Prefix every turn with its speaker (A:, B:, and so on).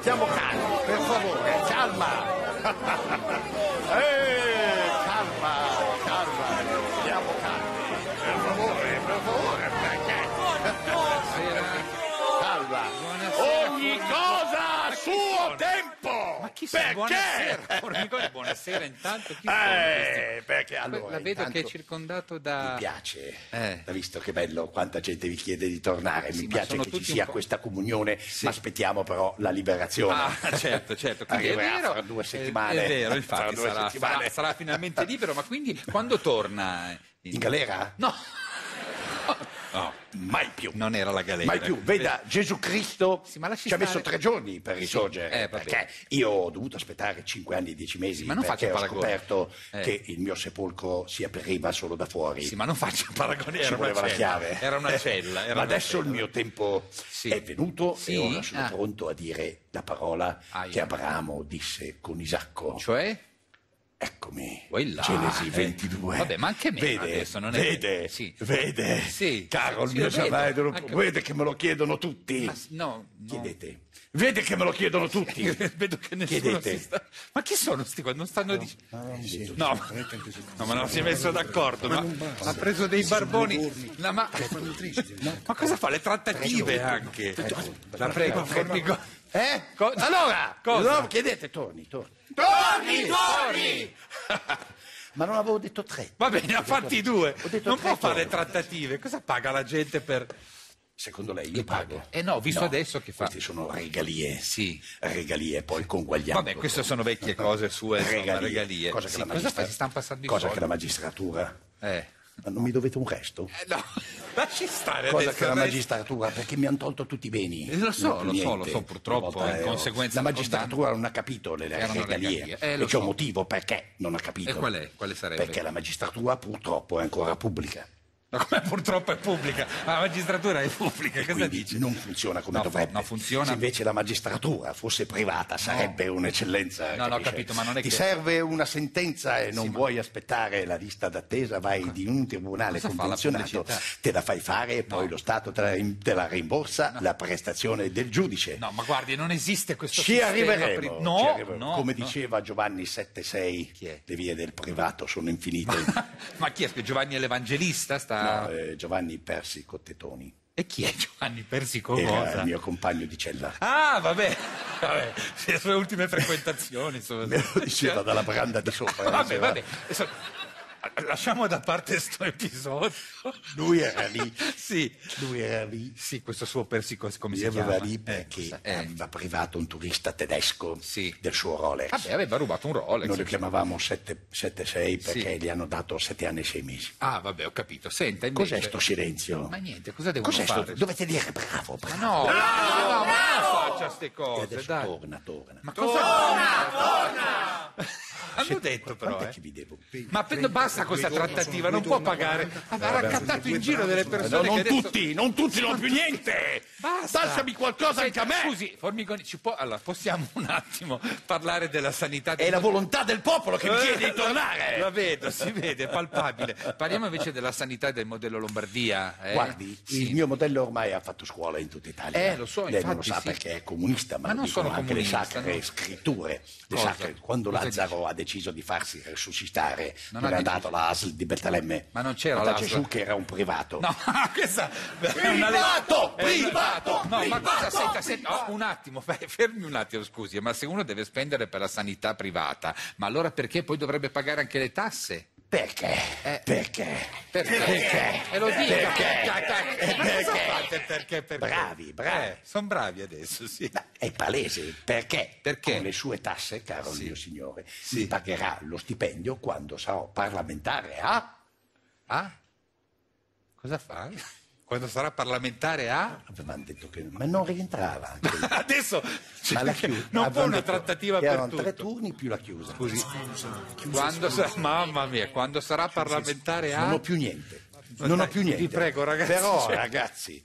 A: Stiamo calmi, per favore, calma. Eh, calma, calma. Stiamo calmi, per favore, per favore, perché? Calma. Ogni cosa a suo tempo.
B: Ma chi
A: perché?
B: sono? Buonasera, Formigoni, buonasera intanto. Chi sono
A: Eh, perché
B: questi?
A: allora
B: La vedo
A: intanto
B: che è circondato da...
A: mi piace,
B: Eh.
A: ha visto che bello quanta gente vi chiede di tornare, mi
B: ma
A: piace
B: sono
A: che ci
B: tutti un
A: sia
B: po'-
A: questa comunione, ma aspettiamo però la liberazione.
B: Ah, certo, certo. Quindi
A: Arriverà
B: è vero,
A: fra due
B: eh,
A: settimane.
B: È vero,
A: Fra
B: infatti
A: due
B: sarà,
A: settimane.
B: sarà- sarà finalmente libero, ma quindi quando torna? eh,
A: In galera?
B: No, no,
A: Mai più.
B: non era la galera. Eh,
A: Mai più, veda, Gesù Cristo
B: Sì, ma lasci
A: ci ha messo
B: stare.
A: tre giorni per risorgere,
B: eh, va bene.
A: perché io ho dovuto aspettare cinque anni e dieci mesi
B: ma non
A: perché ho
B: faccio paragoni.
A: scoperto
B: Eh.
A: che il mio sepolcro si apriva solo da fuori.
B: Sì, ma non faccio paragoni,
A: Ci
B: era una
A: voleva la
B: cella.
A: chiave. Eh,
B: Era una cella. era
A: Ma
B: una
A: adesso il
B: cella.
A: mio tempo
B: Sì.
A: è venuto
B: Sì?
A: e ora sono
B: Ah.
A: pronto a dire la parola
B: Aia.
A: che Abramo disse con Isacco.
B: Cioè?
A: Eccomi,
B: Poi là,
A: Genesi
B: eh.
A: 22.
B: Vabbè, ma anche meno
A: vede,
B: adesso, non è-
A: Vede,
B: Sì.
A: vede,
B: Sì,
A: caro il
B: sì,
A: mio
B: lo vedo,
A: Giavedro,
B: anche-
A: vede che me lo chiedono tutti.
B: Ma s- Ah, no, no.
A: Chiedete. Vede che me lo chiedono tutti.
B: Vedo che nessuno
A: Chiedete.
B: si sta... Ma chi sono sti qua? Non stanno dicendo... No, ma- no, ma non si è messo d'accordo. Ma ha preso dei barboni. No, ma... ma cosa fa? Le trattative anche. Ecco, La prego, Formigoni.
A: Eh?
B: Co-
A: allora,
B: Cosa?
A: no, chiedete, torni, torni. Torni, torni! Ma non avevo detto tre.
B: Va bene, ha fatti due.
A: detto
B: Non può
A: tre
B: fare
A: torri.
B: trattative. Cosa paga la gente per...
A: Secondo lei io pago?
B: Eh no, visto adesso che fa-
A: Queste sono regalie.
B: Sì.
A: Regalie, poi conguagliamo.
B: Vabbè, queste sono vecchie cose sue, insomma,
A: regalie.
B: regalie.
A: Cosa, che
B: Sì,
A: la
B: cosa
A: magistra-
B: fai? Si stanno passando i
A: Cosa
B: soldi.
A: che la magistratura...
B: Eh.
A: Ma non mi dovete un resto?
B: Eh, No, lasci stare
A: Cosa
B: adesso,
A: che la
B: dai.
A: magistratura, perché mi hanno tolto tutti i beni.
B: Eh, lo so,
A: Non ho più
B: lo so,
A: niente.
B: lo so, purtroppo,
A: Una volta
B: in
A: ero-
B: conseguenza-
A: La magistratura non ha capito le
B: Erano le
A: regalie.
B: regalie. Eh,
A: e
B: lo
A: c'è un
B: so.
A: motivo perché non ha capito.
B: E qual è? Quale sarebbe?
A: Perché la magistratura purtroppo è ancora pubblica.
B: Ma come purtroppo è pubblica? Ma La magistratura è pubblica, cosa
A: Quindi
B: dici?
A: non funziona come
B: No,
A: dovrebbe.
B: no, funziona-
A: Se invece la magistratura fosse privata sarebbe un'eccellenza.
B: No, no, ho
A: capisci?
B: capito, ma non è
A: Ti
B: che-
A: serve una sentenza e non vuoi aspettare la lista d'attesa, vai di un tribunale
B: Cosa fa la
A: convenzionato,
B: pubblicità?
A: te la fai fare e poi lo Stato te la, rim- te la rimborsa la prestazione del giudice.
B: No, ma guardi, non esiste questo
A: Ci
B: sistema
A: arriveremo,
B: pri-
A: ci
B: No,
A: arriveremo.
B: no,
A: come
B: no.
A: diceva Giovanni 76,
B: Chi è?
A: le vie del privato sono infinite.
B: ma chi è? Giovanni è l'Evangelista? Sta...
A: No, eh, Giovanni Persi Cottetoni
B: E chi è Giovanni Persico?
A: era
B: Cosa?
A: il Eh, mio compagno di cella.
B: Ah, vabbè, vabbè, sì, le sue ultime frequentazioni. Insomma. Cioè,
A: Me lo diceva dalla branda di sopra.
B: Vabbè,
A: diceva-
B: vabbè. Adesso, Lasciamo da parte sto episodio.
A: Lui era lì.
B: Sì,
A: Lui era lì.
B: sì, questo suo persico, come si
A: Lui
B: chiama?
A: aveva lì
B: Eh,
A: perché
B: eh.
A: aveva privato un turista tedesco
B: Sì.
A: del suo Rolex.
B: Vabbè, aveva rubato un Rolex.
A: Noi lo chiamavamo 7- 7-6
B: Sì.
A: perché gli hanno dato 7 anni e 6 mesi.
B: Ah, vabbè, ho capito. Senta, invece...
A: Cos'è sto silenzio?
B: Ma niente, cosa devono
A: Cos'è sto?
B: fare?
A: Dovete dire bravo, bravo.
B: No, no, no, ma non faccia ste
A: E
B: cose,
A: adesso
B: dai.
A: torna, torna.
B: Ma cosa torna, Hanno detto però,
A: Quant'è
B: eh.
A: che vi devo?
B: Ma per- basta questa trattativa, non può pagare. Ha raccattato in giro delle
A: No,
B: persone
A: non
B: che adesso...
A: tutti, non tutti, non più niente.
B: Basta.
A: Lasciami qualcosa anche a me.
B: Scusi, Formigoni, ci può... Allora, possiamo un attimo parlare della sanità?
A: È la Eh, volontà del popolo che mi chiede di tornare.
B: La vedo, si vede, è palpabile. Parliamo invece della sanità del modello Lombardia. eh.
A: Guardi,
B: Sì.
A: il mio modello ormai ha fatto scuola in tutta Italia.
B: Eh, lo so,
A: Lei non lo
B: infatti,
A: sa
B: sì.
A: perché è comunista, ma,
B: Ma
A: lo
B: non
A: dicono
B: sono
A: anche le
B: comunista,
A: sacre
B: no.
A: scritture. Le
B: Cosa?
A: sacre- quando
B: Cosa
A: Lazzaro ha deciso di farsi resuscitare.
B: Non
A: Non
B: ha
A: era
B: deciso.
A: andato la ASL di Bertelemme.
B: Ma non c'era
A: la
B: l'ASL.
A: Gesù che era un privato.
B: No, questa è una
A: Privato,
B: è una-
A: privato,
B: No, ma
A: privato,
B: cosa senta, senta, oh, un attimo, fe- fermi un attimo, scusi, ma se uno deve spendere per la sanità privata, ma allora perché poi dovrebbe pagare anche le tasse?
A: Perché?
B: Eh.
A: Perché?
B: Perché? Cioè, E lo dica.
A: Perché?
B: Eh, ma cosa
A: Perché?
B: fate? Perché, perché?
A: Bravi, bravi.
B: sono bravi adesso, sì.
A: È palese perché,
B: Perché?
A: con le sue tasse, caro mio signore, mi pagherà lo stipendio quando sarò parlamentare a
B: Ah? Cosa fa? Quando sarà parlamentare a...
A: avevano detto che ma non rientrava anche lui.
B: Adesso
A: ma la
B: cioè,
A: chiusa
B: non può una trattativa per
A: erano tre
B: tutto.
A: turni più la chiusa
B: Scusi,
A: eh,
B: quando sa- mamma mia, quando sarà parlamentare a...
A: non ho più niente non ho più
B: Dai,
A: niente
B: vi prego, ragazzi,
A: però
B: cioè-
A: ragazzi